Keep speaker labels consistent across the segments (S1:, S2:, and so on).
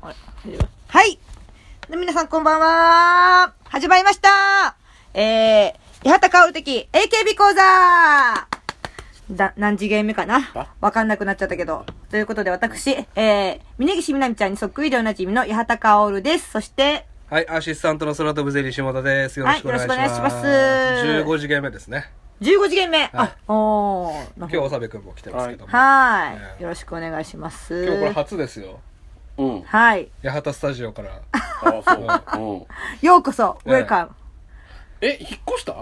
S1: あれ大丈夫
S2: はい。皆さんこんばんは。始まりました。えー、八幡薫的 AKB 講座だ、何次元目かな
S1: ば
S2: わかんなくなっちゃったけど。ということで私、えー、峯岸みなみちゃんにそっくりでおなじみの八幡薫です。そして、
S3: はい、アシスタントの空飛ぶゼリー下田です。よろしくお願いしま
S2: は
S3: す。
S2: いよろしくお願いします
S3: 15次元目ですね。
S2: 15次元目、あ
S3: は、
S2: おー、な
S3: 今日、長部くんも来てますけども。
S2: は
S3: ね
S2: ーい。よろしくお願いします。
S3: 今日これ初ですよ。
S1: うん。
S2: はい。
S3: 八幡スタジオから。
S1: ああ、そう。うん。
S2: ようこそ、ウ
S3: ね
S2: ェルカム。
S1: え、引っ越した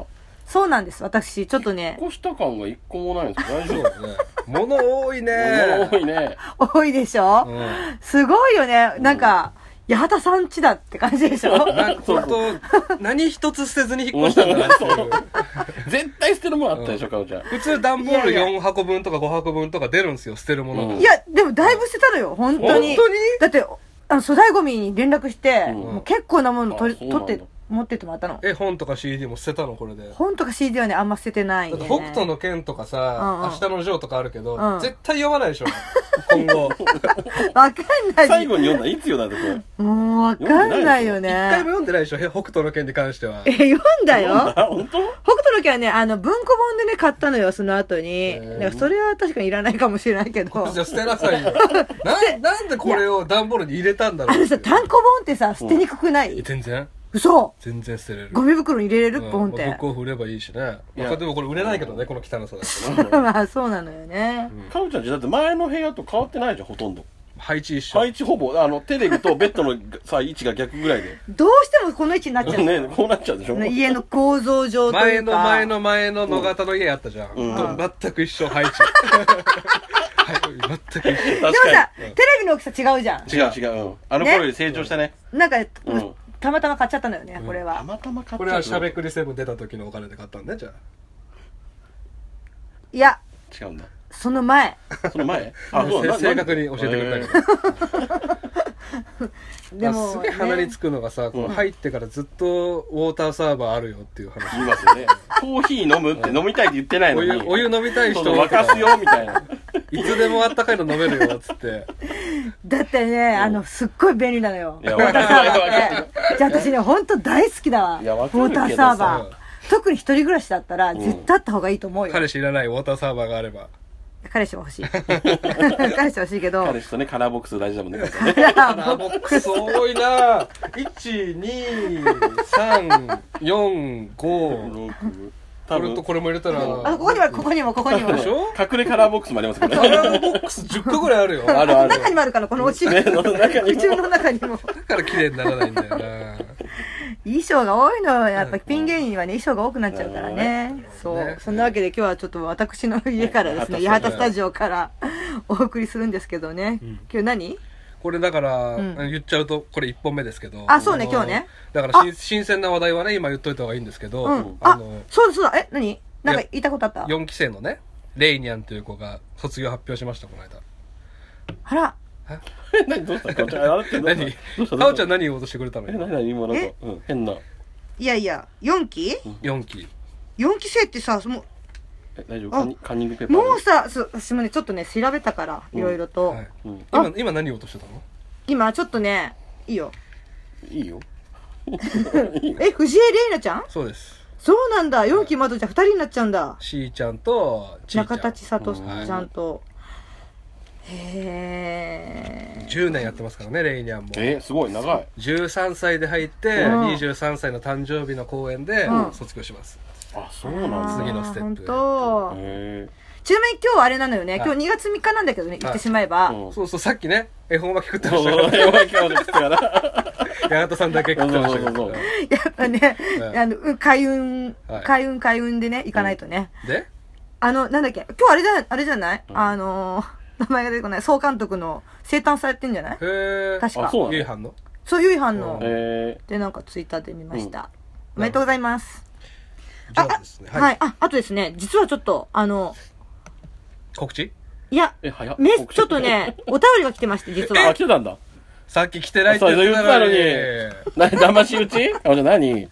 S2: そうなんです。私、ちょっとね、
S1: 引っ越した感が一個もないんです大
S3: そう
S1: 丈夫
S3: だね。物多い
S1: 物
S3: ね。
S1: 多いね。
S2: 多いでしょ、
S3: うん。
S2: すごいよね。なんか、八幡さんちだって感じでしょ
S3: な
S1: そう
S3: 本当何一つ捨てずに引っ越したんだなっていう。
S1: 絶対捨てるものあったでしょ、かおちゃん。
S3: 普通段ボール
S2: いやい
S3: 4箱分とか5箱分とか出るんですよ、捨てるもの。
S1: うん
S2: いや、でもだいぶ捨てたのよ、本当に。
S3: 本当に
S2: だって、あの、粗大ゴミに連絡して、
S1: うん
S2: もう結構なもの取り
S1: あそうなん
S2: 取
S1: だ
S2: って、持ってってもらったの。
S3: え、本とか CD も捨てたの、これで。
S2: 本とか CD はね、あんま捨ててない、
S3: だって
S2: ね。
S3: 北斗の剣とか
S2: うんうん
S3: さ、明日のジョーとかあるけど
S2: うん、
S3: 絶対読まないでしょ、今後。
S2: わかんない。
S1: 最後に読んだらいつよだってこれ。
S2: もうわかんないよ
S3: 一回も
S2: ね。
S3: 読んでないでしょ、へ北斗の剣に関しては
S2: え、。読んだよ。
S1: あ、本当？
S2: 北斗の家はね、あの、文庫本でね、買ったのよ、その後に。
S3: へー
S2: だからそれは確かにいらないかもしれないけど。
S3: じゃあ捨てなさいよ。な、なんでこれを段ボールに入れたんだろ
S2: あ
S3: う
S2: の
S3: って
S2: さ、
S3: いう。
S2: 単行本ってさ、捨てにくくない、
S3: え全然、
S2: 嘘
S3: 全然捨てれる。
S2: ゴミ袋に入れれ
S3: う
S2: る
S3: んまあ
S2: ポンって
S3: ブッ。クオフ売ればいいしね。ま
S1: いや
S3: あでもこれ売れないけどね、この汚さだと。
S2: まあ、そうなのよね。
S1: かおちゃんちだって前の部屋と変わってないじゃん、ほとんど。
S3: 配置一緒。
S1: 配置ほぼ、あの、テレビとベッドのさ、位置が逆ぐらいで。
S2: どうしてもこの位置になっちゃう。
S1: ね、こうなっちゃうでしょ。
S2: ね家の構造上とい
S3: 前
S2: うか。
S3: の前の前の野方の家あったじゃん。
S1: うん
S3: と全く一緒、配置。はい、全く一緒。
S1: 確
S2: でもさ
S1: か、
S2: テレビの大きさ違うじゃん。
S1: に。違う違う。うんあの頃より成長したね。
S2: なんか、
S1: うん
S2: たまたま買っちゃったのよね、これ
S1: た
S2: は。
S1: またま買っ
S3: こ
S1: ち
S3: れ
S1: ゃ
S3: は
S1: っ
S3: しゃ
S1: た。
S3: べくりセブン出た時のお金で買ったんね、じゃ
S2: いや、
S1: 違うんだ。
S2: その前。
S1: その 前
S3: あ。
S1: うだ
S3: せ正確に教えてくれたけど。
S2: でも、
S3: あすげえ鼻に
S2: ね
S3: つくのがさ、この入ってからずっとウォーターサーバーあるよっていう話。
S1: 言いますよね。コーヒー飲むって飲みたいって言ってないの
S3: お
S1: に。
S3: 湯、お湯飲みたい人
S1: そ
S3: は
S1: の沸かすよみたいな。
S3: いつでもあったかいの飲めるよ、つって。
S2: だってね、あの、すっごい便利なのよ。
S1: いや
S2: ウォーターサーバ
S1: わか
S2: ーって。じゃあ私ね、ほんと大好きだわ。ウ
S1: いやわ
S2: ォ
S1: かる
S2: ー
S1: け
S2: タ
S1: どさ
S2: ーサーバー。特に一人暮らしだったら、
S1: ん
S2: 絶対あった方がいいと思うよ。
S3: 彼氏いらないウォーターサーバーがあれば。
S2: 彼氏は欲しい。 彼氏は欲しいけど。
S1: 彼氏とね、カラーボックス大事だもんね。
S3: あ、ボックス多いな1、2、3、4、5。
S1: 多
S3: これ
S1: 分
S3: と、これも入れたら、
S2: あ、ここにも、ここにも、ここに も。
S3: でしょ
S1: 隠れカラーボックスもありますけど
S3: カ
S1: ね。
S3: ラーボックス10個ぐらいあるよ。
S1: あ
S3: だ
S1: るある。
S2: 中にもあるから、このお尻。
S1: ねその中にも
S2: 宇宙の中にも。
S3: から綺麗にならないんだよな
S2: 衣装が多いのよやっぱピン芸人はね衣装が多くなっちゃうからねそう、
S3: ね
S2: そんなわけで今日はちょっと私の家からですね
S1: うん
S2: 八幡スタジオからお送りするんですけどね、今日何
S3: これだから、
S2: ん
S3: 言っちゃうと、これ1本目ですけど。
S2: あそうね
S3: の
S2: 今日ね。
S3: だから新、新鮮な話題はね、今言っといた方がいいんですけど、
S2: うん
S3: あ
S2: あ
S3: の、
S2: そうだそうだえ何なんか言いたことあった
S3: 4期生のね、レイニャンという子が卒業発表しました、この間。
S2: あら
S1: 何どうしたかおちゃん。あなたどう
S3: 何
S1: した
S3: かおちゃん
S1: 何
S3: 何言おうとしてくれたの
S1: え、
S3: 今
S1: 何何今なんか。うん変な。
S2: いやいや4期
S3: 4期。
S2: 4期生ってさも
S1: え大丈夫
S2: あ
S1: カンニカンニングペー
S2: う
S1: パーに。
S2: もうさそう私もねちょっとね調べたからいろいろと、
S3: はい
S1: うん
S3: 今、今何言おうとしてたの
S2: 今ちょっとねいいよ
S1: いいよ。
S2: え藤井玲奈ちゃん
S3: そうです。
S2: そうなんだ4期まとちゃん2人になっちゃうんだ
S3: しーちゃんとちーちゃ
S2: 中
S3: ん
S2: 田千里ちゃんと、へえ
S3: 10年やってますからねレイニャンも
S1: え、すごい、長い。
S3: 13歳で入って
S2: うん
S3: 23歳の誕生日の公演で
S2: うん
S3: 卒業します、
S1: あ、そうなん
S3: 次のステップで
S2: 本当
S1: へ
S2: ちなみに今日はあれなのよね
S3: は
S2: 今
S3: い
S2: 日2月3日なんだけどね言ってしまえ
S1: ぇ
S2: ば、
S1: うん。
S3: そうそうさっきね絵本巻き食ってま
S1: そう
S3: した
S1: そう、
S3: か
S1: 弱い顔でしたから。
S3: ら八幡さんだけ食ってましたけ
S1: そう
S3: ど
S1: そう
S2: やっぱね、
S3: はい
S2: あのうん開運、
S3: はい
S2: 開運開運でね行かないとね、
S3: で
S2: あの、なんだっけ、今日あれじゃ、あれじゃない、あのー、名前が出てこない、総監督の生誕されてんじゃない
S3: へえ
S2: 確
S1: あ、
S2: か。
S1: そうな
S3: ゆい
S1: の
S3: はんの
S2: そう、ゆいはんの、
S1: え
S2: で、なんかツイッターで見ました。おめでとうございます。
S3: じゃあですね
S2: はい、
S3: はい
S2: あ、あとですね、実はちょっと、あの、
S3: 告知
S2: いや、
S1: え、早っ
S2: メス、ちょっと。ね、お便りが来てまして、実
S1: あ、
S2: は
S1: 来。てたんだ。
S3: さっき来てないって言ってたのに
S1: そう言な、騙し討ちあ、じゃあ何来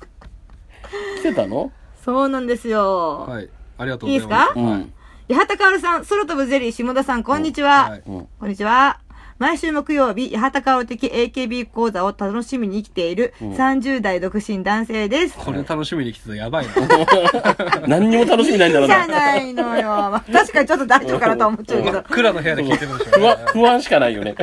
S1: てたの
S2: そうなんですよ。
S3: はいありがとう
S2: いい
S3: ご
S2: で
S3: ざ
S2: す
S3: い
S2: か
S3: ます
S1: うん。
S2: 八幡薫さん、空飛ぶゼリー、下田さん、こんにちは。
S3: はい
S1: うん。
S2: こんにちは。毎週木曜日、八幡薫的 AKB 講座を楽しみに生きている
S1: うん
S2: 30代独身男性です。
S3: これ楽しみに来てたやばいな。
S1: 何にも楽しみないん
S2: い
S1: だろ
S2: いうじゃ
S1: な。
S2: ないのよ。まあ確かにちょっと大丈夫かなとは思っちゃうけ
S3: 真
S2: ど
S3: っ。暗の部屋で聞いてるんでしょう
S1: 不安、
S3: ね。
S1: 不安しかないよね。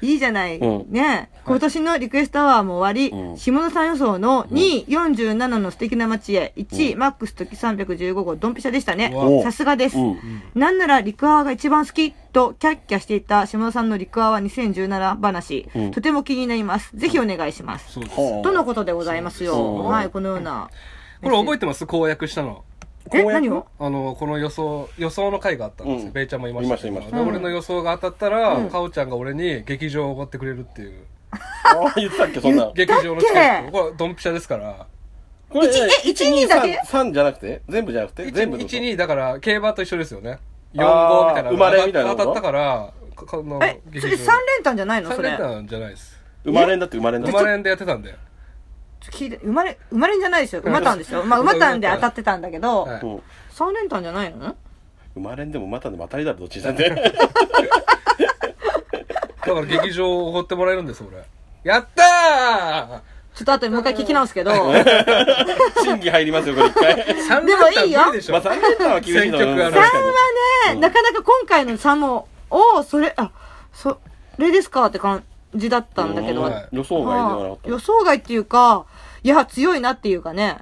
S2: いいじゃない。
S1: うん
S2: ねえ今年のリクエストアワーも終わり、
S1: うん
S2: 下田さん予想の2位、47の素敵な街へ、1位、マックス時315号、ドンピシャでしたね
S3: う
S1: わ。
S2: さすがです。
S1: うん。
S2: なんなら陸アワが一番好きとキャッキャしていた下田さんの陸アワ2017話、
S1: うん
S2: とても気になります。ぜひお願いします。
S3: そうです。
S1: ほう
S2: とのことでございますよ。
S1: そう
S2: はい、このような。
S3: これ覚え
S2: て
S3: てます公約したの。
S2: え、何を
S3: あの、この予想、予想の回があったんです
S1: う
S3: よ。
S1: ん
S3: ベイちゃんもいましたけど。
S1: いましたい
S3: で
S1: ました
S2: うん
S3: 俺の予想が当たったら
S2: うん、
S3: かおちゃんが俺に劇場をおごってくれるっていう。
S1: ああ、言ってたっけ、そんな。
S3: 劇場のチケット。これ、ドンピシャですから。
S1: これ、
S2: え一二だけ
S1: ?3 じゃなくて全部じゃなくて全部ってこと
S3: 1、2、だから、競馬と一緒ですよね。4、
S1: あ
S3: 5み
S1: ー
S3: たいな。
S1: 生まれみたいなこ
S3: 当
S1: と
S3: たったから、かこの
S2: え、それ3連単じゃないのそ
S3: 3
S2: れ。
S3: 連単じゃないです。
S1: 生まれんだって生まれんだ
S3: 生
S1: って。
S3: まれんでやってたんで。
S2: 聞いて、生まれ、生まれんじゃないでしょ馬単でしょまあ馬単で当たってたんだけど、
S3: はい
S1: うん
S2: 3連単じゃないの
S1: 生まれんでもまたでも当たりだろ、どっちにしたって。
S3: だから劇場をおごってもらえるんです、俺。やった
S2: ちょっと後でもう一回聞き直すけど、
S1: 審議入りますよ、これ一回。
S3: ー !3
S2: でもいいよ
S3: でし
S1: まあ、
S3: ょ
S1: 3連単は厳しいの
S3: 選曲ある
S1: うん確かに
S2: ねなかなか今回の3も、おお、それ、あ、それですかって感じだったんだけど、
S1: う
S3: はい
S1: 予想外ではなかっ
S2: はい
S1: た。
S2: 予想外っていうか、いや、強いなっていうかね。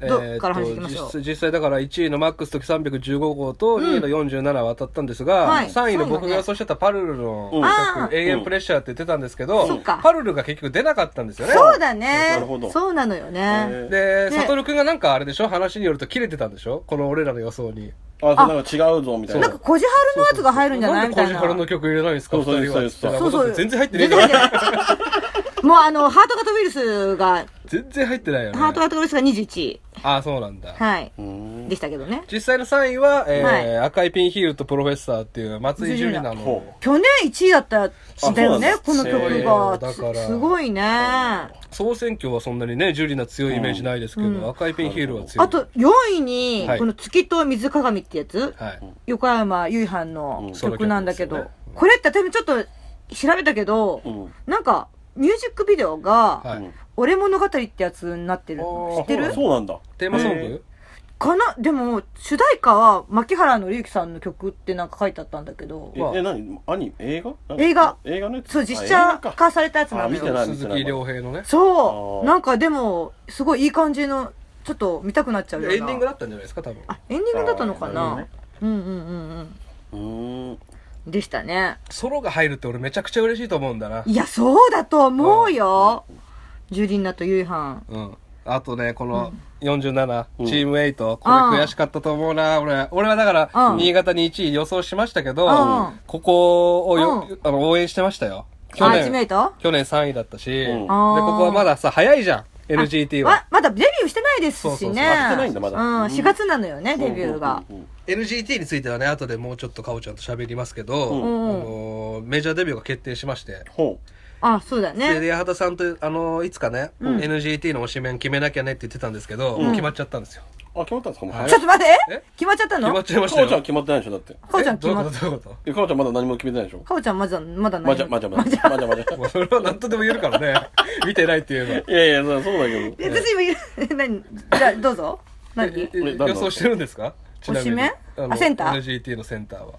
S3: え
S2: ど
S3: ー
S2: っ
S3: っ
S2: から話していき
S3: と
S2: ましょう
S3: 実際実際だから1位のマックス時315号と2位の47は当たったんですが、
S2: はい
S3: 3位の僕
S2: そうだね
S3: が予想してたパルルの
S1: うん
S2: あー
S3: 永遠プレッシャーって言ってたんですけど、
S2: そっか
S3: パルルが結局出なかったんですよね。
S2: そうだね
S1: なるほ。ど
S2: そうなのよね。
S3: で、
S2: ね
S3: サトルくんがなんかあれでしょ話によると切れてたんでしょこの俺らの予想に。
S1: あ、そうなんか違うぞ、みたい
S2: な
S1: なん
S2: か、。小じはるのやつが入るんじゃないみたい
S3: んで
S2: な。
S3: コジハルの曲入れないんですか
S1: そ
S3: 二
S1: うそう
S3: 人は。
S1: そうそ
S2: そう
S1: う
S2: そう。
S3: 全然入ってない
S2: 全然入って ないもうあの、ハート型ウイルスが、
S3: 全然入ってないよね。
S2: ハート型ウイルスが21位。
S3: ああ、そうなんだ。
S2: はい。
S1: うん
S2: でしたけどね。
S3: 実際の3位は、えー
S2: はい
S3: 赤いピンヒールとプロフェッサーっていう松井純里奈の
S1: ほう
S2: 去年1位だったんだよね、こ
S1: そうな
S2: の
S1: んだ
S2: 曲が
S3: そう。
S2: つ
S3: だから
S2: すごいね。あ
S3: 総選挙はそんなにね純里奈強いイメージないですけど、
S2: うん
S3: 赤いピンヒールは強い
S2: と4位に
S3: は、い
S2: この月と水鏡ってやつ、
S3: はい、
S2: 横山由依はんの
S3: うん
S2: 曲なんだけど、
S3: ソロ曲です
S2: これって多分ちょっと調べたけど、
S1: うん
S2: なんかミュージックビデオが、
S3: はい
S1: うん
S2: 俺物語ってやつになってるの知って
S1: あ
S2: る
S1: そうなんだ。
S3: テーマソン
S1: へー
S3: グ
S2: かなでも、主題歌は、牧原のりゆきさんの曲ってなんか書いてあったんだけど
S1: え、、え、何アニメ映画なんか
S2: 映画
S1: 映画のやつ
S2: そう、実
S1: あ
S2: 写
S1: 映画
S2: 化されたやつな
S1: あ
S2: の
S1: 見てな
S2: よ。
S1: い
S3: 鈴木亮平のね
S2: そう、
S1: あー
S2: なんかでも、すごいいい感じの、ちょっと見たくなっちゃうような。
S3: エンディングだったんじゃないですか多分
S2: あ、エンディングだったのか
S1: あーな
S2: な
S1: る
S2: うんうんうん
S1: うーん。
S2: うん。でしたね。
S3: ソロが入るって俺めちゃくちゃ嬉しいと思うんだない
S2: や、そうだと思うよ。ジュリンナとユイハン。
S3: うんあとねこの47、
S1: うん
S3: チーム8これ悔しかったと思うな俺俺はだから、
S2: うん
S3: 新潟に1位予想しましたけど、
S2: うん
S3: ここをよ、あの応援してましたよ去
S2: アーチメイ
S3: 年
S2: ト
S3: 去年3位だったし、
S1: うん
S3: でここ
S2: あー
S3: はまださ早いじゃん NGT は
S2: ままだデビューしてないです
S3: そう
S2: し
S3: そうそう
S2: ね。
S3: あ
S1: してないんだまだ
S2: うん、4月なのよね、デビューが。
S1: うんうんうん
S3: NGT についてはね後でもうちょっとかおちゃんと喋りますけど、
S1: う
S3: あ
S1: ん
S3: のーメジャーデビューが決定しまして
S1: ほ
S2: あ、そうだ
S3: で
S2: ね。
S3: で八幡さんと、あのーいつかね、NGT の推しメン決めなきゃねって言ってたんですけど、もう決まっちゃったんですよ
S1: う。あ、決まったんですかもう
S3: はい
S1: 早い
S2: ちょっと待って、え
S3: え
S2: 決まっちゃった
S3: 決まっ
S2: の
S3: ちゃいました
S1: かお
S3: よ
S1: ちゃん決まってないでしょだって。
S2: かおちゃん
S3: えどう
S2: 決
S3: いう
S2: まっ
S3: ことどういうこ
S1: え、かおちゃんまだ何も決めてないでしょ
S2: かおちゃんまだ、まだない。
S1: まじゃ、まじゃ、まじゃ、まじゃ、まじゃ。
S3: ともうそれは何とでも言えるか らね見てないっていうの
S1: いやいや、そうそうだけど。
S2: え私今言う、 何じゃあ、どうぞ。何
S3: え
S1: え
S3: え
S1: 何
S3: 予想してるんですかちなみ
S2: 推し
S3: に
S2: メン
S3: あの
S2: あセンター
S3: NGT のセンターは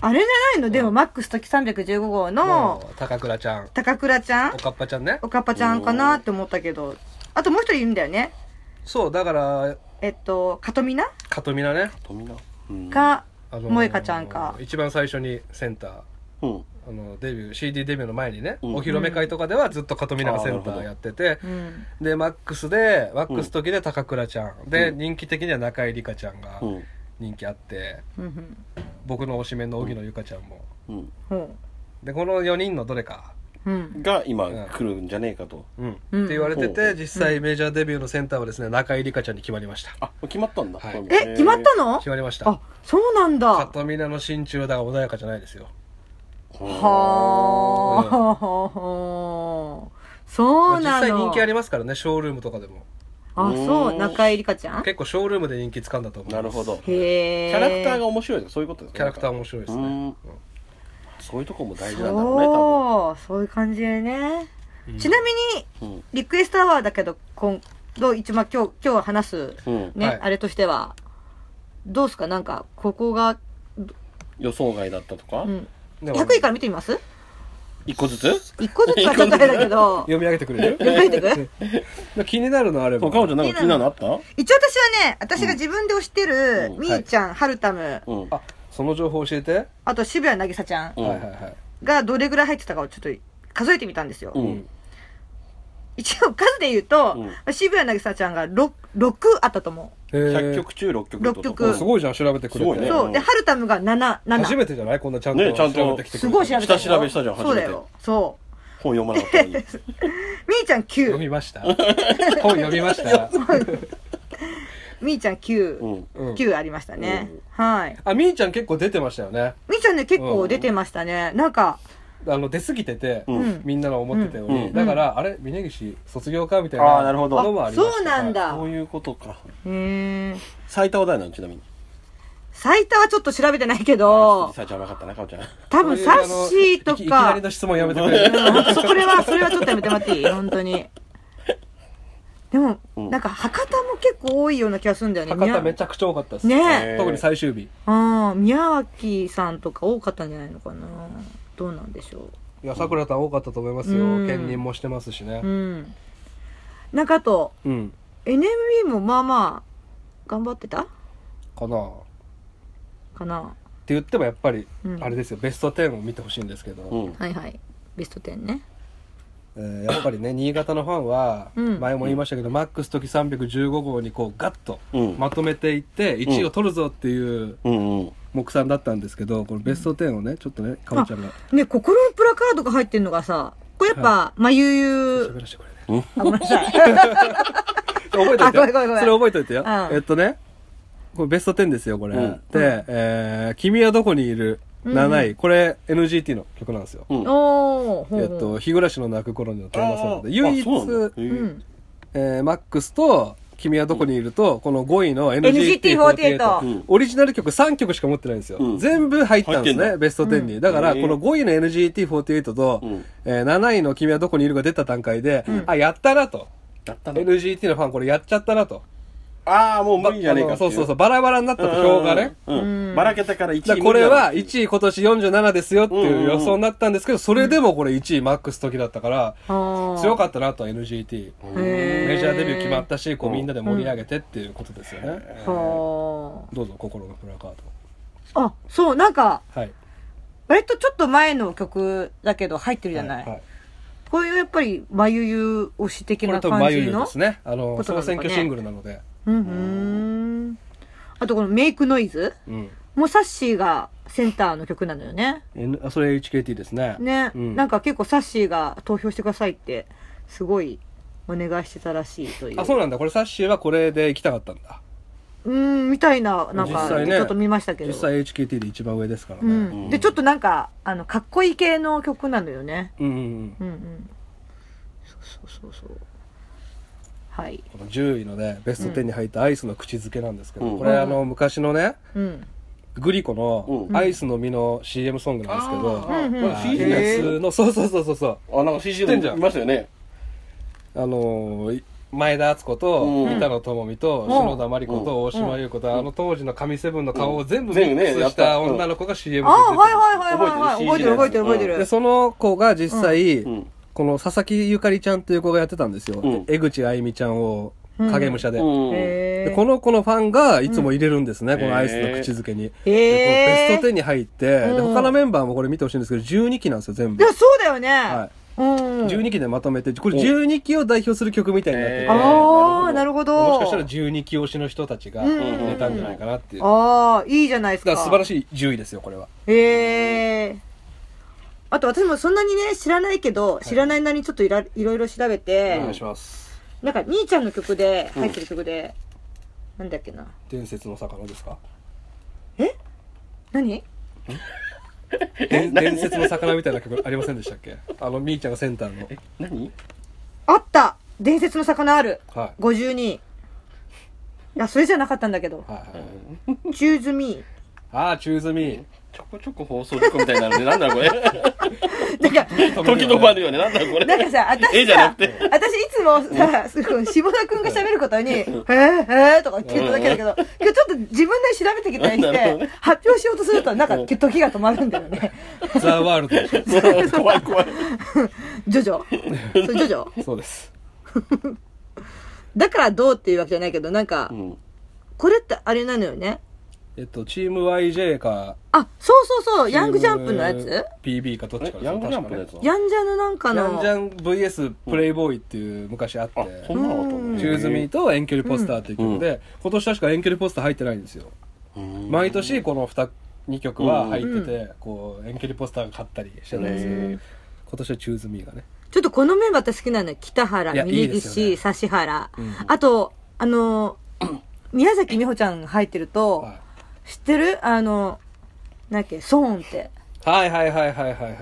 S2: あれじゃないのでも、マックス時315号の、
S3: もう高倉ちゃん
S2: 高倉ちゃん
S3: おかっぱちゃんね
S2: おかっぱちゃんかなって思ったけど、あともう一人いるんだよね。
S3: そうだから
S2: えっと、かとみな
S3: かとみなね、
S1: 富永。うん。
S2: か、
S3: あのー
S2: もえかちゃんか。
S3: 一番最初にセンター
S1: うん。
S3: あのデビュー CD デビューの前にね、
S1: うん
S3: お披露目会とかではずっと加藤美奈がセンターやってて
S2: う、ん。
S3: でマックスでマックス時で高倉ちゃん、で人気的には中井梨花ちゃんが
S1: うん。
S3: 人気あって、
S2: うんうん。
S3: 僕の推しメンの荻野由香ちゃんも、
S1: うん。
S2: ほ
S3: でこの4人のどれか、
S2: う。うん。
S1: が今来るんじゃねえかと。
S3: うん
S2: うん
S3: って言われてて、
S1: うん
S3: 実際メジャーデビューのセンターはですね中井梨花ちゃんに決まりました
S1: あ、もう決まったんだ。
S3: はい
S1: そうなんだ
S2: え、決まったの
S3: 決まりました
S2: あ、そうなんだ。
S3: 加藤美奈の心中だが穏やかじゃないですよ
S2: は
S3: う
S2: あ、
S3: ん
S2: そう
S3: まあ
S2: な
S3: 実際
S2: の。
S3: 人気ありますからねショールームとかでも
S2: あ、そうう、
S1: ん
S2: 中井里香ちゃんへ
S3: 結構ショールームで人気つかんだと思う
S1: なるほど。キ
S2: え。
S1: ャラクターが面白いとかそういうことですね
S3: キャラクター面白いですね、
S1: うん
S3: うん
S1: そういうとこも大事なんだろうね
S2: そ
S1: 多
S2: う、そういう感じでね。
S3: うん
S2: ちなみに、
S1: 分
S2: リクエストアワーだけど、今度、一番今日、今日話す、
S1: うん、うん、
S2: ね、
S3: はい
S2: あれとしては、どうすかなんか、ここが、
S1: 予想外だったとか、
S2: うん。
S3: でも
S2: 100位から見てみます
S1: 一個ずつ
S2: ?1 個ずつはちょっとあれだけど、
S3: 読み上げてく れる
S2: 読み上げてく
S3: うん気になるのあれば
S1: 他もじゃなんか気になるのあった
S2: 一応私はね、私が自分で推してる、
S1: うん
S2: みーちゃん、はるたむ、
S1: うん、
S3: あその情報教えて、
S2: あと渋谷なぎさちゃん
S1: うん
S3: はいはいはい
S2: がどれぐらい入ってたかをちょっと数えてみたんですよ。
S1: うん
S2: 一応数で言うと、
S1: う
S2: 渋谷なぎさちゃんが 6, 6あったと思
S3: へー
S1: 100曲中6曲ってこ
S2: 六
S1: と
S2: 曲。
S3: すごいじゃん調べてくれて
S1: すごいうね
S2: そう。で、はるたむが7、
S3: 初
S2: 7。
S3: めてじゃないこんなちゃんと
S1: ねちゃんと
S3: 調べてきてく
S2: す
S3: れて
S2: ごい調べたよ
S1: 下調べしたじゃん初めて
S2: そうだよ。そ
S1: 本読まなかったのに
S2: う。みーちゃん
S3: 読
S2: 9。
S3: みました 本読みました
S2: みーちゃん9。
S1: うん
S3: うん
S2: 9ありましたね。はい。
S3: あみーちゃん結構出てましたよね
S2: みーちゃんね、結構出てましたね。なんか、
S3: あの出過ぎてて、
S1: うん
S2: うん
S3: みんなの思ってたように、
S1: うん
S3: だから、あれ峯岸卒業かみたい
S1: あ
S3: な
S1: ーなるほど
S3: のもあ
S2: あ、
S3: りました
S2: そうなんだ。
S1: そういうことか
S2: へえ。
S1: 最多は誰なのちなみに
S2: 最多はちょっと調べてないけ
S1: あ
S2: ど、
S1: 最多はなかったなかおちゃん
S2: 多分サッシーと
S3: いきいきな
S2: か
S3: り、の質問やめてくれる
S2: うんそれは、それはちょっとやめてもらっていい本当に。でも、
S1: うん
S2: なんか博多も結構多いような気がするんだよね。
S3: 博多め
S2: 宮
S3: ちゃくちゃ多かったです、
S2: ね
S1: え
S3: 特に最終日
S2: うん、宮脇さんとか多かったんじゃないのかな。どうなんでしょ
S3: いやさくらさん多かったと思いますよ、
S2: うん
S3: 兼任もしてますしね
S2: う。うん。なんかあと、
S3: うん、
S2: NMB もまあまあ、頑張ってた
S3: かなって
S2: かな。
S3: 言ってもやっぱり、
S2: うん
S3: あれですよベスト10を見てほしいんですけど、
S1: うん
S2: はいはい。ベスト10ね。
S3: えーやっぱりね新潟のファンは、
S2: うん
S3: 前も言いましたけど、マックス時315号にこうガッと
S1: うん
S3: まとめていって1位を取るぞっていう
S1: うんうん
S3: 目算だったんですけどこのベスト10をねちょっとねかおちゃんが
S2: ね、心のプラカードが入ってんのがさ、これやっぱ、まゆゆ
S3: 喋、らせてくれね
S2: あ、ごめんなさ い。
S3: 覚えとい
S2: あ
S3: て
S2: ごめんごめんごめん
S3: それ覚えといてよ、
S2: うん
S3: えっとねこれベスト10ですよこれ、
S1: うん
S3: で、えー君はどこにいる」7位、これ NGT の曲なんですよ、
S1: うん
S2: おー、ほ
S3: え
S2: う
S3: っ
S2: ほう。
S3: と「日暮らしの泣く頃に」のテーマソングで唯
S1: あ
S3: 一
S1: そうなんだ
S2: う
S1: へえ
S2: ん。
S3: えーマックスと「君はどこにいると」この5位の
S2: NGT48
S3: NGT48、
S1: うん
S3: オリジナル曲3曲しか持ってないんですよ、
S1: うん
S3: 全部入ったんです
S1: 入ってん
S3: ね
S1: だ
S3: ベスト10に、
S2: う
S3: だから
S1: へ
S3: こ
S1: え
S3: の5位の NGT48 と、
S1: うん
S3: えー7位の「君はどこにいる」が出た段階で、あやったなと
S1: だったね
S3: NGT のファンこれやっちゃったなと
S1: ああもう無理じゃねえ
S3: あ
S1: か
S3: の
S1: って
S3: そ
S1: い
S3: うそうそう、バラバラになったと票がね。
S1: うんうんばらけたから1位
S3: だからこれは
S1: 無理だろうってい
S3: 1
S1: う
S3: 位今年47ですよって
S1: うんうん
S3: いう
S1: うん
S3: 予想になったんですけど、それでもこれ1位マックス時だったから、強
S2: 強
S3: かったなとは NGT。メ
S2: メ
S3: ジャーデビュー決まったし、こう
S1: うん
S3: みんなで盛り上げてっていうことですよね。
S2: は
S3: どうぞ、心のプラカード。
S2: あ。あ、そう、なんか、
S3: はい。
S2: 割とちょっと前の曲だけど入ってるじゃない、
S3: はい
S2: こういうやっぱり、まゆゆ推し的
S3: これ
S2: な
S3: とマ
S2: 感
S3: ユ
S2: じ
S3: ユで
S2: の。
S3: すね。あの、
S2: ことな
S3: 総
S2: のかね
S3: 選挙シングルなので。
S2: うんふーん。あとこのメイクノイズ
S3: うん。
S2: もうサッシーがセンターの曲なのよね。
S3: N- あそれ HKT ですね。
S2: ね、
S3: うん
S2: なんか結構サッシーが投票してくださいって、すごいお願いしてたらしいという。
S3: あ、そうなんだ。これサッシーはこれで行きたかったんだ。
S2: うーん、みたいな、なん
S3: 実
S2: か、
S3: 際ね
S2: ちょっと見ましたけど。
S3: 実際 HKT で一番上ですから
S2: う
S3: ね。
S2: ん。で、ちょっとなんか、あの、かっこいい系の曲なのよね。
S3: うんうんうん。
S2: うんうん。そうそうそうそう。はい。
S3: この10位のねベスト10に入ったアイスの口づけなんですけど、
S1: うん
S3: これあの昔のね
S2: うん。
S3: グリコの
S1: う
S3: アイスの実の CM ソングなんですけど、
S1: あー
S2: うんうん
S1: こ
S3: あの
S1: れ CG のや
S3: アイ
S1: つ
S3: スのそうそうそうそうそ
S1: あなんか CG
S3: 知ってんじゃ
S1: で
S3: ん
S1: 見ましたよね
S3: うあのーい前田敦子と
S1: うん
S3: 板野友美と篠田真理子と大島優子とあの当時の神セブンの顔を全部ミ
S1: 全部
S3: ッ
S1: ね
S3: クス
S1: や
S3: し
S1: ったた
S3: 女の子が CM
S2: あ、
S3: で
S2: はい
S3: 出
S2: はいはいはいはい。覚
S1: 覚
S2: えて
S1: えて
S2: る
S1: る
S2: 覚えてる覚えて
S3: てるで
S2: る。
S3: その子が実際、
S1: うん
S3: この佐々木ゆかりちゃんという子がやってたんですよ、
S1: うん
S3: 江口あゆみちゃんを影武者で、
S1: うん
S2: へ
S3: で
S2: ー
S3: この子のファンがいつも入れるんですね、
S1: ん
S3: このアイスの口づけに。
S2: へー
S3: でこうベスト10に入って、で
S2: うん
S3: 他のメンバーもこれ見てほしいんですけど、12期なんですよ、全
S2: い
S3: 部。
S2: や、そうだよね。
S3: は
S2: うん。
S3: 12期でまとめて、これ12期を代表する曲みたいになってて、
S1: へー
S2: ああ、な
S1: な
S2: る
S1: る
S2: ほど。
S3: もしかしたら12期推しの人たちが
S2: うん
S3: 入れたんじゃないかなっていう。だか。
S2: ああ、いいじゃないですから
S3: 素晴ら
S2: い。
S3: しい10位ですよ、これは。
S2: へえ。あと私もそんなにね、知らないけど、知らないなりにちょっといらいろいろ調べて
S3: お、願いします。
S2: なんか、兄ちゃんの曲で、入ってる曲で、なんだっけな。
S3: 伝説の魚ですか
S2: 何
S3: 伝伝説の魚みたいな曲ありませんでしたっけあの、みーちゃんがセンターの。
S1: 何
S2: あった伝説の魚ある
S3: は
S2: !52。いや、それじゃなかったんだけど
S3: い。。はいはい。
S2: チューズミー。
S3: ああ、チューズミー。
S1: ちょこちょこ放送事故みたいになるね。なんだろう これ。
S2: なんか、
S1: 時止まるよね。なんだろうこれ。
S2: なんかさ、私さ、
S1: 絵じゃなくて。
S2: 私いつもさ、すごい、下田くんが喋ることに、へぇへぇとか言ってるだけだけど、今日ちょっと自分で調べてきたりし
S1: なるほど
S2: て
S1: ね、
S2: 発表しようとすると、なんか時が止まるんだよね。
S3: ザ・ワールドでし
S1: 怖い怖い。
S2: ジョジョ それジョジョ
S3: ょそうです
S2: だからどうっていうわけじゃないけど、なんか
S1: う、ん。
S2: これってあれなのよね。
S3: えっとチーム YJ か
S2: あ、そうそうそう、ヤングジャンプのやつ
S3: PB かどっち
S1: え
S3: かです
S1: ヤングジャンプのやつ
S3: 確かね
S2: ヤンジャのなんか
S3: ヤン
S2: の
S3: ジ、ャン VS プレイボーイっていう昔あって
S1: あ、そんなのあったんだ
S3: 宙積みと遠距離ポスターっていう曲で、今年確か遠距離ポスター入ってないんですよ、
S1: うん
S3: 毎年この 2, 二曲は入ってて、こう遠距離ポスターが買ったりしてたんですけど、
S1: へー
S3: 今年は宙積みがね
S2: ちょっとこのメンバー私好きなのよ。北原、
S3: いやい
S2: 峯
S3: いですよね
S2: 岸、指原
S3: うん。
S2: あと、あ の、宮崎美穂ちゃんが入ってると、
S3: は
S2: 知ってるあの、なんだっけ、ソーンって。
S3: いはいはいはいはいはいはい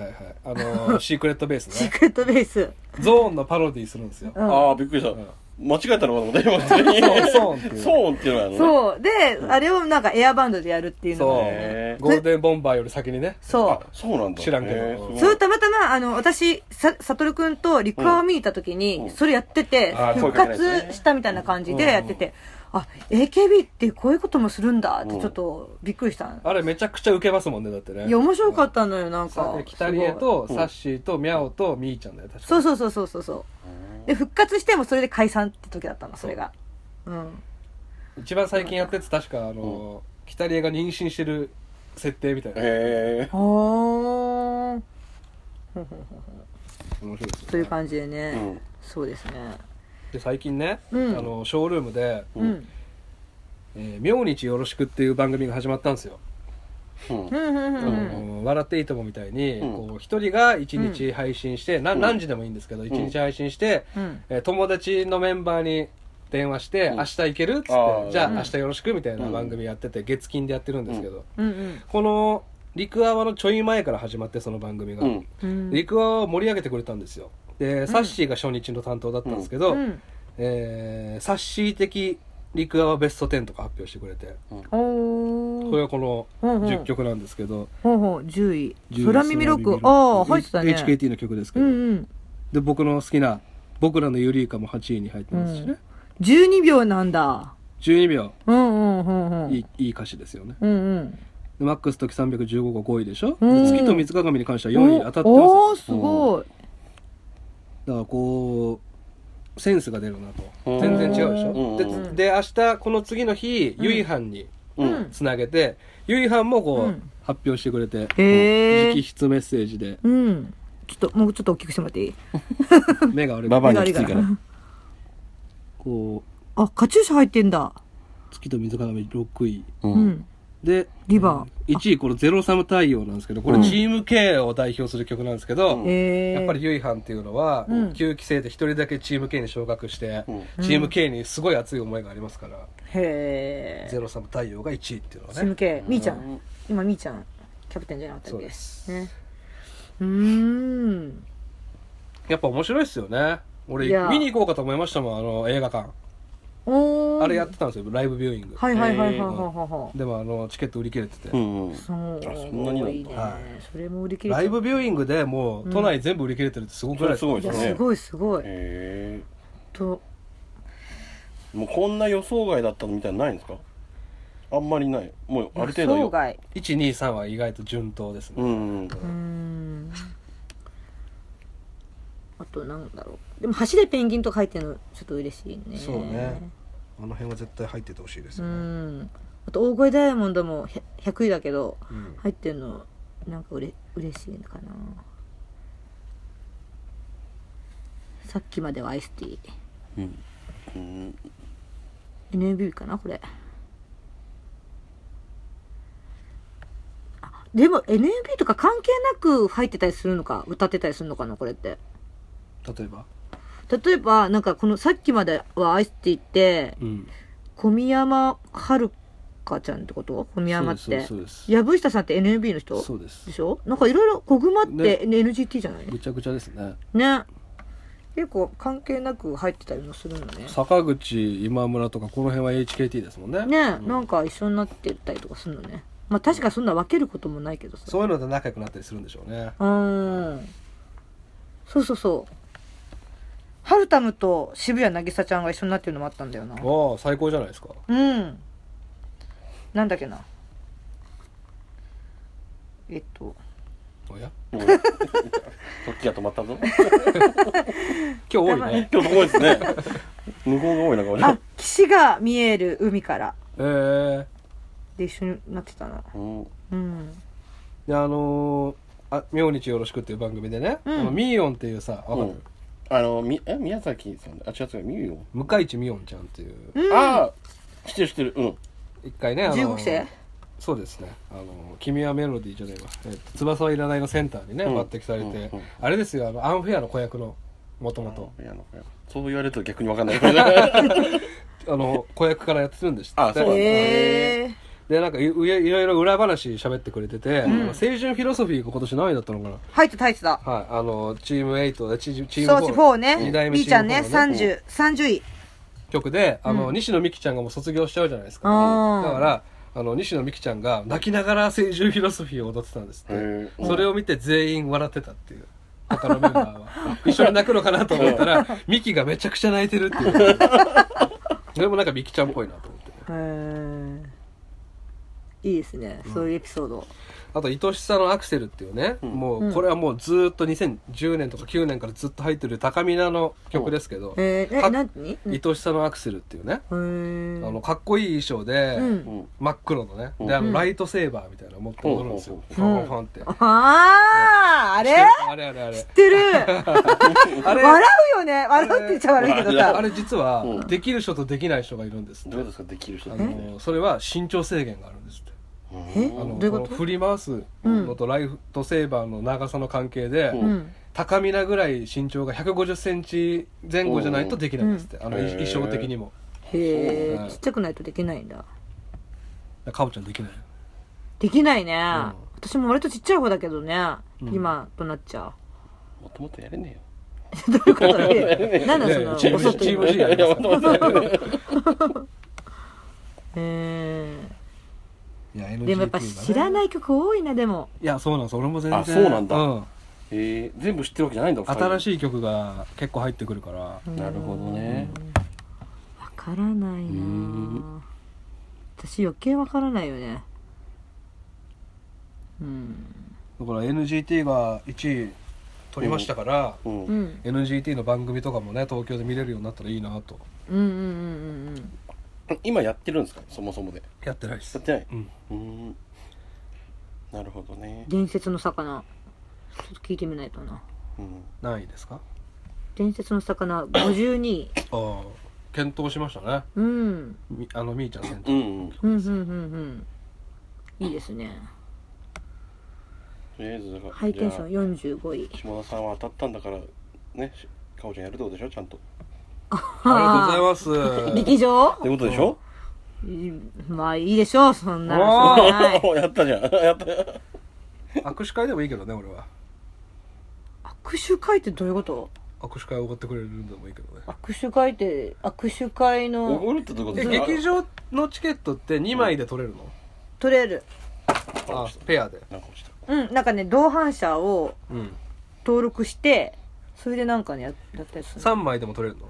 S3: あのーシークレットベース
S2: シー
S3: ね
S2: クレットベース。
S3: ゾーンのパロディするんですよ、
S2: うん
S1: ああ、びっくりした
S3: ん。
S1: 間違えたのかと思った。今普通に
S3: そうそうっていう
S1: そうっていうのがあるのね。
S2: そう。で、あれをなんかエアバンドでやるっていうの
S3: そう
S2: が
S1: へー
S3: ゴールデンボンバーより先にね
S2: そ
S1: あ
S2: う。
S1: そうなんだ。
S3: 知らんけど
S1: へー
S2: それたまたま、あの、私、さ、さとるくんとリクアを見に行った時
S1: う
S2: に、
S1: ん
S2: それやってて、
S3: あー
S2: 復活したみたいな感じでやってて、あ、AKB ってこういうこともするんだってちょっとびっくりした。
S3: あれめちゃくちゃウケますもんねだってね
S2: いや、面白かったのよ、なんか
S3: さ。北リエとサッシーとミャオとミーちゃんだよ確か
S2: そうそうそうそうそうそう。で、復活してもそれで解散って時だったの、それが。うん。
S3: 一番最近やったやつ確かあの北リエが妊娠してる設定みたいな
S1: へ
S2: ほーん。
S3: 面白いですよ
S2: という感じでね
S1: え。う。ん。
S2: そうですね。
S3: で最近ね、
S2: うん
S3: あのショールームで
S1: う
S2: うんん。
S3: 「えー明日よろしく」っていう番組が始まったんですよ
S1: うん
S2: う。んうんう
S3: あ
S2: んうん。
S3: の笑っていいとも」みたいに
S1: うん
S3: こう一人が一日配信して、な
S1: うん
S3: 何時でもいいんですけど一日配信して、
S2: うん。
S3: えー友達のメンバーに電話して「
S1: うん
S3: 明日行ける?」っつって
S1: あ
S3: 「
S1: ー
S3: じゃあ
S2: うん
S3: 明日よろしく」みたいな番組やってて月金でやってるんですけど、
S2: うん
S3: この陸アワのちょい前から始まってその番組が、
S1: うん。
S2: うん。
S3: 陸アワを盛り上げてくれたんですよで、サッシーが初日の担当だったんですけ
S2: う
S3: ど、
S2: ん。
S3: えーサッシー的陸アワベスト10とか発表してくれて
S2: おー。
S3: これはこの
S2: ほうほう
S3: 10曲なんですけど
S2: ほうほう、10位
S3: 「10
S2: 空耳ロック。ああ、入ってたね。
S3: HKT の曲ですけ
S2: うん
S3: ど、
S2: うん。
S3: で僕の好きな「僕らのユリイカ」も8位に入ってますしね、
S2: うん12秒なんだ。
S3: 12秒
S2: うんうんうんうん。
S3: いいいい歌詞ですよね
S2: うんうん。
S3: でマックス時315が5位でしょ、
S2: うん
S3: で月と水鏡に関しては4位に当たってます
S2: おおーすごい。
S3: だからこうセンスが出るな
S1: う
S3: と
S1: ん
S3: 全然違うでしょ、
S1: うん
S3: で
S1: うん
S3: で明日この次の日ゆいはんに
S1: う
S2: うん
S1: ん。
S3: つなげてゆいはんもこう、
S2: うん
S3: 発表してくれて
S2: へ
S3: 直
S2: え。
S3: 筆メッセージで
S2: うん。ちょっと、もうちょっと大きくしてもらっていい
S3: 目が悪い
S1: ババアに
S2: あ
S1: はきついから。
S3: こ
S2: あ、カチューシャ入ってんだ。
S3: う月と水鏡6位
S1: う
S2: う。ん。
S3: で
S2: リバ
S3: 1位この「ゼロサム太陽」なんですけどこれ
S1: うん
S3: チーム K を代表する曲なんですけど、
S1: うん
S2: ー。へえ。
S3: やっぱり、ゆいはんっていうのは、
S2: うん
S3: 9期生で一人だけチーム K に昇格して、
S1: うん
S3: チーム K にすごい熱い思いがありますから、
S2: へ
S3: ゼロサム太陽が1位っていうのは
S2: え。シム
S3: ね
S2: ケ、みーちゃ
S1: うんん。
S2: 今、みーちゃん、キャプテンじゃなかった
S3: そ
S2: っ
S3: う
S2: け
S3: です、
S2: ね。うーん。
S3: やっぱ面白いっすよね俺
S2: いや
S3: 見に行こうかと思いましたもんあの映画館
S2: おー。
S3: あれやってたんですよライブビューイング、
S2: はいはいはいはいはいはいはい。
S3: でもあのチケット売り切れてて、
S1: うんうん。
S2: そう。
S1: あそんなになんだ
S2: いいね
S3: は。
S2: それも売り切れちゃ
S3: ラ
S2: う
S3: イブビューイングでもう都内全部売り切れてるってすごくないですか、
S1: うんそ
S2: いや、
S1: れすね
S2: すごいすごい。
S1: へ
S2: と、
S1: え。もうこんな予想外だったのみたいなのないんですかあんまりない。もうある程
S2: 予想
S1: 度よ。
S2: 外。
S3: 123は意外と順当ですね、
S1: うん。
S2: うーん。あと、なんだろう。でも、橋でペンギンと書いてるの、ちょっと嬉しいね。
S3: そうねあの辺は絶対入っててほしいです
S2: う
S3: よね、
S2: ん。あと、大声ダイヤモンドもひゃ100位だけど、
S3: うん
S2: 入ってるの、なんかうれ嬉しいのかな。さっきまではアイスティー。
S1: うん。うん。
S2: NAB かなこれあでも NAB とか関係なく入ってたりするのか歌ってたりするのかなこれって
S3: 例えば、
S2: 例えばなんかこのさっきまではアイスティーって
S3: うん、
S2: 小宮山遥香ちゃんってこと小宮山っ
S3: そうで
S2: て
S3: すそうです
S2: 藪下さんって NAB の人
S3: そうです
S2: でしょなんかいろいろ小熊って
S3: ね
S2: NGT じゃないね
S3: ぐちゃぐちゃですね
S2: 結構関係なく入ってたりもするのね
S3: 坂口今村とかこの辺は HKT ですもんね
S2: ねなんか一緒になってたりとかするのねまあ確かにそんな分けることもないけどさ
S3: そういうので仲良くなったりするんでしょうね。
S2: うんそうそうそうハルタムと渋谷渚ちゃんが一緒になってるのもあったんだよな
S3: ああ、最高じゃないですか。
S2: うんなんだっけなえっと
S3: おや
S1: おい 時が止まったぞ。
S3: 今日多いね。
S1: 今日すごいですね。向こうが多いな、これ。
S2: あ岸が見える海から
S3: ええ
S2: で一緒になってたな
S1: うん。
S2: うん
S3: で、あのー、あ、明日よろしくっていう番組でね、
S2: うん
S3: あのミーヨンっていうさ、わかる、
S1: うんあの、み、え、宮崎さんだあ、違う違う、みゆよ。
S3: 向井地ミヨンちゃんっていう、
S2: うん
S1: ああ、知ってる知ってる。うん。
S3: 一回ね、あのー
S2: 15期生
S3: そうですね。あの、君はメロディーじゃねえわ。えっと翼はいらないのセンターにね、
S1: うん
S3: 抜擢されて、
S1: うんうん
S3: あれですよ、あの、アンフェアの子役の、もともと。
S1: いやなんかそう言われると逆にわかんない。 う
S3: あの、子役からやってるんでした。
S1: あそうなんだ
S2: へえ
S3: で、なんかい、いろいろいろ裏話喋ってくれて
S2: ん
S3: て、青春フィロソフィーが今年何位だったのかな
S2: 入ってた入ってた
S3: はい、あの、チーム8で、チームチー
S2: そう
S3: ム
S2: 4
S3: 4
S2: ね
S3: 二代目
S2: B
S3: チ
S2: ちゃ
S3: ー
S2: ん
S3: ム
S2: ね
S3: 4のね
S2: 30 30位
S3: 曲で、あの、
S2: うん
S3: 西野美紀ちゃんがもう卒業しちゃうじゃないですか。
S2: あー
S3: だから、あの、西野美紀ちゃんが泣きながら青春フィロソフィーを踊ってたんですっ
S1: へ
S3: て。
S1: ー
S3: それを見て全員笑ってたっていう。他のメンバ ーは。一緒に泣くのかなと思ったら、美紀がめちゃくちゃ泣いてるって いう。それもなんか美紀ちゃんっぽいなと思って。
S2: へーいいですね、そういうエピソード
S3: あと、愛しさのアクセルっていうね、もう、これはもうずーっと2010年とか9年からずっと入ってる高見菜の曲ですけど、
S2: えー、
S3: か
S2: え何うんへ
S3: 愛しさのアクセルっていうね、あ
S2: ー
S3: の、かっこいい衣装で、
S2: うん
S1: ん。
S3: 真っ黒のね、
S1: うん
S3: であのライトセーバーみたいなの持って踊るんです
S1: うん
S3: よ、ファンファンファンって、
S2: あああれ
S3: あれあれあれ
S2: 知ってる
S3: あれ
S2: 笑うよね笑うって言っちゃ悪いけど
S3: あ
S2: さ
S3: れ実は、
S1: うん
S3: できる人とできない人がいるんですって
S1: どうですか、できる人
S3: あ
S1: って。
S3: のそれは身長制限があるんですって
S2: え
S3: あ
S2: ど
S3: の
S2: ういうこと
S3: この振り回すのとライトセーバーの長さの関係で、
S1: う
S2: うんん
S3: 高みなぐらい身長が1 5 0ンチ前後じゃないとできないんですって、あの
S1: へ
S3: 衣
S1: ー
S3: 装的にも
S2: へ
S3: う
S2: え
S3: ん
S2: ちっちゃくないとできないんだ
S3: かおちゃんできない
S2: できないね、
S3: ん
S2: 私も割とちっちゃい方だけどね、
S3: うん
S2: 今となっちゃ
S1: もともとやれね
S2: うどういうこと で何
S3: いや
S2: だ
S3: いや
S2: そ
S3: チ
S2: の
S3: ーム
S2: 遅
S3: G
S2: く
S3: チ
S2: 言
S3: ー
S2: う
S3: ム G や りますから
S2: え
S3: いや
S2: ーでもやっぱ
S3: NGT がね
S2: 知らない曲多いなでも
S3: いやそうなんです俺も全然
S1: あそうなんだ
S3: うん
S1: えよ。えー、全部知ってるわけじゃないんだ、
S3: 新
S1: い。
S3: しい曲が結構入ってくるから
S1: なるほどね。
S2: わからないう
S1: ー
S2: なん私余計わからないよねうん
S3: だから NGT が1位取りましたから、
S1: う。
S2: うんん
S3: NGT の番組とかもね東京で見れるようになったらいいなと
S2: うんうんうんうん
S1: 今やってるんですか、そもそもで。
S3: やってないです
S1: やってない。
S3: うん
S1: うん。なるほどね。
S2: 伝説の魚ちょっと聞いてみないとな
S1: うん。
S3: 何位ですか
S2: 伝説の魚52位
S3: ああ検討しましたね
S2: うん
S3: みあのみーちゃん先
S1: う
S3: 頭
S1: ん、うん。
S2: うんうんうんうんいいですね
S1: とりあえず、だから。
S2: ハイテンシ
S1: じゃ
S2: ョ
S1: あ
S2: ン45位
S1: 下田さんは当たったんだから、ね、しかおちゃんやるってことでしょ、ちゃんと。
S3: ありがとうございます
S2: 劇場
S1: ってことでしょ
S2: いまあいいでしょうそんなの
S3: おー
S2: そうない
S1: やったじゃん。やった。
S3: 握手会でもいいけどね俺は
S2: 握手会ってどういうこと
S3: 握手会おごってくれるんでもいいけどね
S2: 握手会って握手会
S1: おご
S2: の
S1: るってどういうこ
S3: え
S1: と
S3: 劇場のチケットって2枚で取れるの、
S2: 取れる
S3: あペアで
S1: なんか落ちた。
S2: うんなんかね同伴者を
S3: うん
S2: 登録してそれでなんかねややったりする
S3: 3枚でも取れるの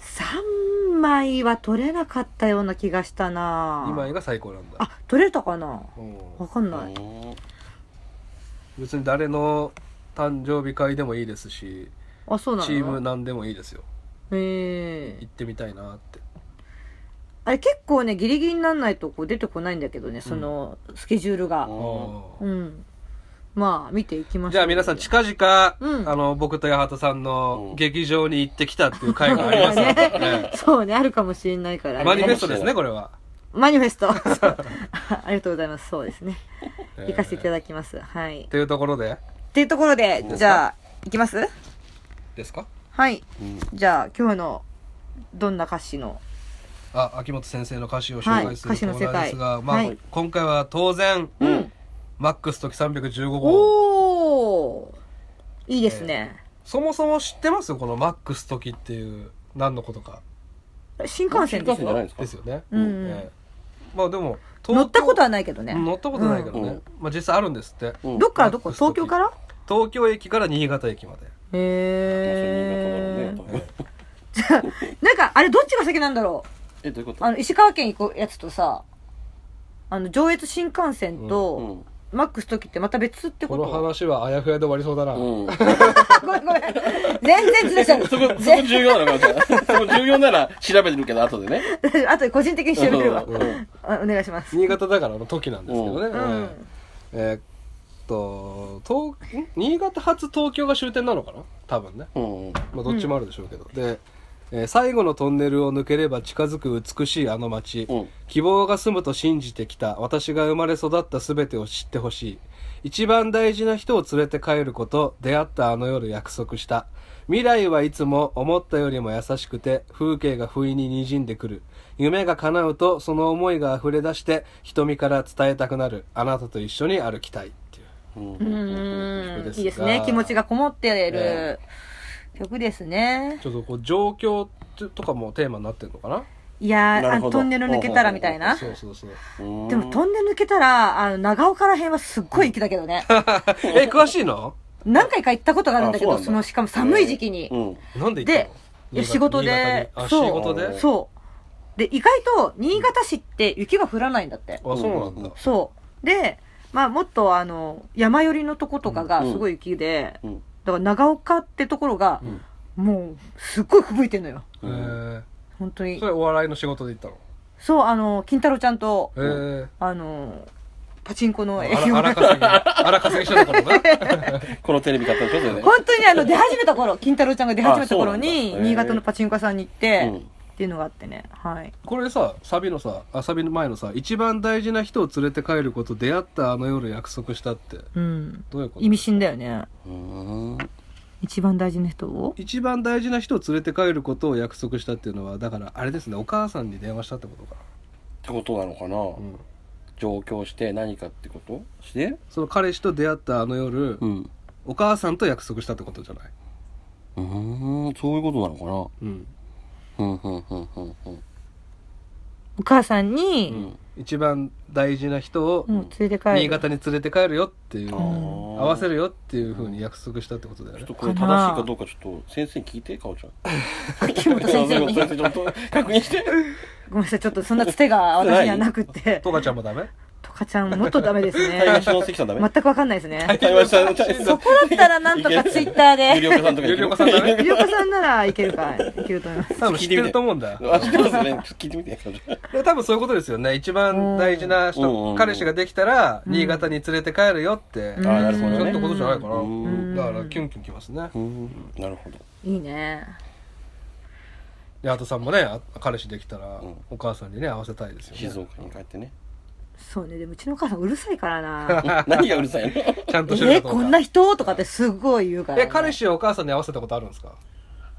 S2: 3枚は取れなかったような気がしたな
S3: 2枚が最高なんだ
S2: あ取れたかな
S3: うん
S2: わかんない、
S1: うん
S3: 別に誰の誕生日会でもいいですし
S2: あそうなの
S3: チームなんでもいいですよ
S2: ええ
S3: 行ってみたいなって
S2: あれ結構ねギリギリになんないとこう出てこないんだけどねそのスケジュールが
S1: う
S2: う
S3: お
S2: ん、まあ見ていきま
S3: ー
S2: し
S3: じ
S2: ょ
S3: ゃ
S2: う
S3: あ皆さん
S2: 近
S3: 近々、
S2: うん
S3: あの僕と八幡さん
S1: う
S3: の
S1: ん
S3: 劇場に行ってきたっていう会がありますの で、ね
S2: ねそうねあるかもしれないから、ね、
S3: マニフェストですねこれは
S2: マニフェストそう あありがとうございますそうですね
S3: えー
S2: 行かせていただきますはい
S3: というところで
S2: っていうところで
S1: うん
S2: じゃあ行きます
S3: ですか
S2: はい
S1: うん
S2: じゃあ今日のどんな歌詞の
S3: あ秋元先生の歌詞を紹介す
S2: はい歌
S3: る
S2: 詞
S3: コ
S2: の世
S3: ー
S2: 界
S3: ナーですが、まあ
S2: はい
S3: 今回は当然、
S2: うん
S3: マックス時315号
S2: おおーいいですね、
S3: そもそも知ってますこのマックス時っていう何のことか
S2: 新幹線で
S1: 新
S2: す
S1: 幹線じゃない
S2: よ
S1: んですか
S3: ですよね、
S2: うんうん
S3: ええまあでも
S2: 乗ったことはないけどね。
S3: 乗ったことないけどね、
S1: うん
S3: まあ、実際あるんですって
S1: うん
S2: どっからどこ
S3: ナックスの
S2: 東
S3: 時
S2: 京から
S3: 東京駅から新潟駅まで
S2: へ
S1: まあそれ新潟だろうね多分
S2: え。なんか、あれどっちが先なんだろ
S1: えどういうこ
S2: う
S1: と
S2: あの、石川県行くやつとさ、あの、上越新幹線
S1: う
S2: と、
S1: ん
S2: マックス時ってまた別ってこ
S3: この
S2: と
S3: 話はあやふやで終わりそうだな、
S1: うん、
S2: ごめんごめん。全然ずれちゃう。
S1: そこそこ重要なのかもしれないそこ重要なら調べてるけど後でね
S2: あとで個人的に調べるわ
S1: う。ん
S2: あお願いします。
S3: 新潟だからの時なんですけどね、
S1: う
S2: うん。
S3: えーっと東ん新潟発東京が終点なのかな多分ね、
S1: うん
S3: まあ、どっちもあるでしょうけど、で、えー最後のトンネルを抜ければ近づく美しいあの街、
S1: うん
S3: 希望が住むと信じてきた私が生まれ育った全てを知ってほしい一番大事な人を連れて帰ること出会ったあの夜約束した未来はいつも思ったよりも優しくて風景が不意に滲んでくる夢が叶うとその思いが溢れ出して瞳から伝えたくなるあなたと一緒に歩きたいっていう
S1: うん
S2: う
S3: 曲
S2: ー
S3: で
S2: ん
S3: すが
S2: いいですね。気持ちがこもってる
S3: え
S2: 曲ですね。
S3: ちょっとこう状況とかもテーマになってるのか
S2: いやー
S1: な
S2: あ
S1: るほ
S2: の、
S1: ど
S2: トンネル抜けたらみたい
S3: な
S2: な。
S3: そうそうそう
S1: うん
S2: でもトンネル抜けたら、あの、長岡ら辺はすっごい雪だけどね。
S3: え詳しいの
S2: 何回か行ったことがあるんだけ
S1: あ
S2: ど、
S1: そうなんだ
S2: その、しかも寒い時期に
S1: う。ん
S3: なんで行った
S2: でいや
S3: の、新潟
S2: 仕事
S3: 新潟に
S2: で
S3: あ、仕
S2: そう
S3: 事で
S1: ん
S2: そう。で、意外と、新潟市って雪が降らないんだって。
S3: あそうなんだ、
S2: そう。で、まあ、もっとあの、山寄りのとことかが
S1: うん
S2: すごい雪で、
S1: うん
S2: だから長岡ってところが、もう、すっごい吹雪いてんのよ。
S1: うん
S3: へ
S2: 本当
S3: え
S2: に
S3: そ。れお笑いの仕事で行ったの
S2: そう、あの、金太郎ちゃんと、
S3: へえ
S2: あの、パチンコの営業
S3: 荒稼ぎ荒稼ぎしてたからな
S1: このテレビ買ったんでしょそれで
S2: 本当にあの出始めた頃、金太郎ちゃんが出始めた頃に
S1: あそうなん、だへー
S2: 新潟のパチンコ屋さんに行って、
S1: うん
S2: っていうのがあってね。はい。
S3: これさサビのさあサビの前のさ一番大事な人を連れて帰ること出会ったあの夜約束したって
S2: うん。
S3: どういうこと
S2: 意味深だよね。
S1: うん
S2: 一番大事な人を。
S3: 一番大事な人を連れて帰ることを約束したっていうのはだからあれですねお母さんに電話したってことか、
S1: ってことなのかな、
S3: うん、
S1: 上京して何かってことして
S3: その彼氏と出会ったあの夜、
S1: うん
S3: お母さんと約束したってことじゃない、
S1: うーんそういうことな
S3: う
S1: の
S3: ん、
S1: かなうんうんうんうんうん
S2: お母さん
S1: う
S2: に、
S1: ん
S3: 一番大事な人を
S2: もう連れて帰る。
S3: 新潟に連れて帰るよっていう、
S1: あー
S3: 合わせるよっていうふうに約束したってことだよ
S1: ちょ
S3: ね
S1: っとこれ正しいかどうかちょっと先生に聞いてかおちゃん
S2: 気持ち先
S1: 先生
S2: 生
S1: に
S2: に。
S1: ちょっと確認して
S2: ごめんなさい、ちょっとそんなつてが私にはなくって。
S3: トカちゃんもダメ
S2: とかちゃん、もっとダメです
S1: 対話
S2: ね
S1: し。の関さんダメ
S2: 全くわかんないですね。
S1: 対話しの関
S2: そこだったらなんとかツイッター
S1: ゆり
S2: で。
S1: おかさんとか
S3: ゆりおかさんダメ
S2: ゆりおかさんならいけるか、いけると思います。
S3: 多分知ってると思うんだ
S1: あ知ってますよねちょっと聞いてみてかおちゃん
S3: で多分そういうことですよね一番大事な
S1: うんうんうんう
S3: 人
S1: ん
S3: 彼氏ができたら
S2: うん
S3: 新潟に連れて帰るよって
S2: うん
S3: ちょ
S1: あーなるほど
S3: っ
S1: ね
S3: とことじゃないかな
S1: う
S3: んだからキュンキュンきますね
S1: うんなる ほど
S2: いいね。
S3: であとさんもねあ彼氏できたら
S1: うん
S3: お母さんにね会わせたいですよ
S1: 静
S3: ね
S1: 岡に帰ってね
S2: そうね、でもうちのお母さんうるさいから な。
S1: 何がうるさいの
S3: ちゃんとしてる
S2: え
S3: かどうか
S2: こんな人とかってすごい言うから、ね、
S3: え彼氏をお母さんに会わせたことあるんですか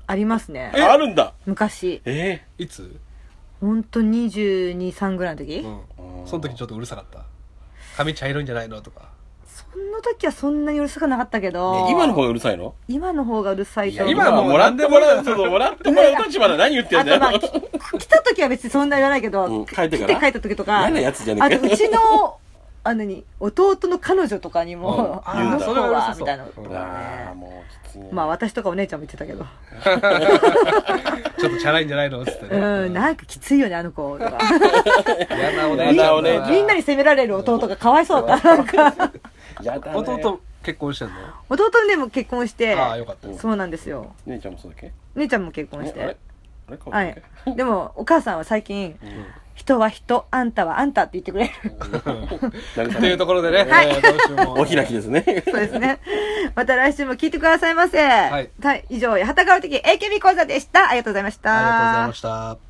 S2: ありますね
S1: あるんだ
S2: 昔
S1: え
S3: いつ
S2: ほんと223ぐらいの時、
S3: うん
S1: うん
S3: その時ちょっとうるさかった髪茶色いんじゃないのとか
S2: そんな時はそんなにうるさくなかったけ
S1: え
S2: ど、
S1: ね今の方がうるさいの
S2: 今の方がうるさい
S1: い
S2: と
S1: や
S2: 思う
S3: 今
S1: 今はもうもらってもらうちょっともらってもらう立場で何言ってん
S2: あ
S1: だ
S2: と
S1: よ
S2: まあき来た時は別にそんな言わないけど、
S1: うん
S2: き
S1: 帰ってから
S2: 来て帰った時とか
S1: 嫌なやつじゃね
S2: あ
S1: えか
S2: とうちのあのに弟の彼女とかにも「
S3: うん
S2: あの
S1: 言うんだ
S2: 子は」みたいな
S3: それはうるさそう
S1: ああもうきついね
S2: まあ私とかお姉ちゃんも言ってたけど
S3: ちょっとチャラいんじゃないのっつって
S2: う
S3: ね
S2: んなんかきついよねあの子とか
S3: 嫌なお
S1: や
S3: 姉ちゃ
S1: だ
S3: ん
S1: お姉ち
S3: だ
S1: ゃ
S3: な
S2: みんなに責められる弟がかわいそうだったなんか
S1: やだね
S3: 弟結婚してんの
S2: 弟でも結婚して
S3: ああよかった
S2: そうなんですよ
S1: 姉ちゃんもそうだっけ
S2: 姉ちゃんも結婚し
S1: えあれ
S2: て
S1: あれか
S2: はいでもお母さんは最近
S1: ん
S2: 「人は人あんたはあんた」って言ってくれる
S3: と いうところでね、
S2: はい
S3: えー今週も
S1: お開きですね
S2: そうですねまた来週も聞いてくださいませはいい以上「八幡川的 AKB 講座」でしたありがとうございました
S3: ありがとうございました